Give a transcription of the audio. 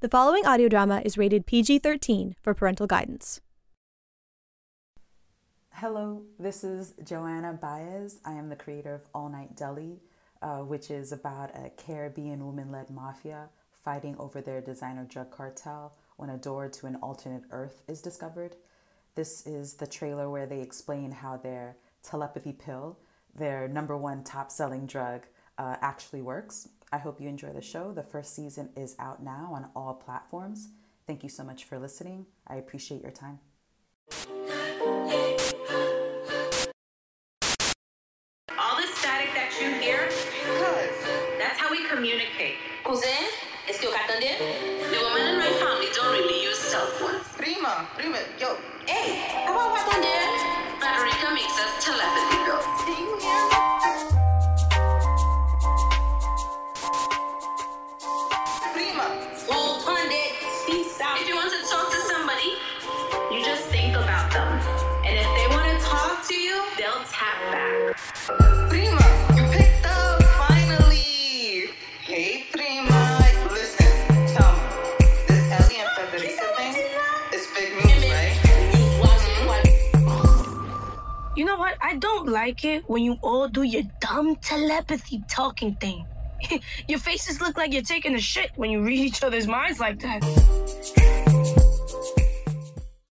The following audio drama is rated PG 13 for parental guidance. Hello, this is Joanna Baez. I am the creator of All Night Deli, uh, which is about a Caribbean woman led mafia fighting over their designer drug cartel when a door to an alternate earth is discovered. This is the trailer where they explain how their telepathy pill, their number one top selling drug, uh, actually works. I hope you enjoy the show. The first season is out now on all platforms. Thank you so much for listening. I appreciate your time. All the static that you hear, that's how we communicate. Cousin, est-ce que vous attendez? The women in my family don't really use cell phones. Prima, prima, yo. Hey, comment vous attendez? Federica makes us telepathy girls. Do you hear? Prima, full funded, peace out. If you want to talk to somebody, you just think about them. And if they want to talk to you, they'll tap back. Prima, you picked up finally. Hey, Prima, listen, tell me, this Ellie and Federica thing is big news, right? You know what? I don't like it when you all do your dumb telepathy talking thing. your faces look like you're taking a shit when you read each other's minds like that.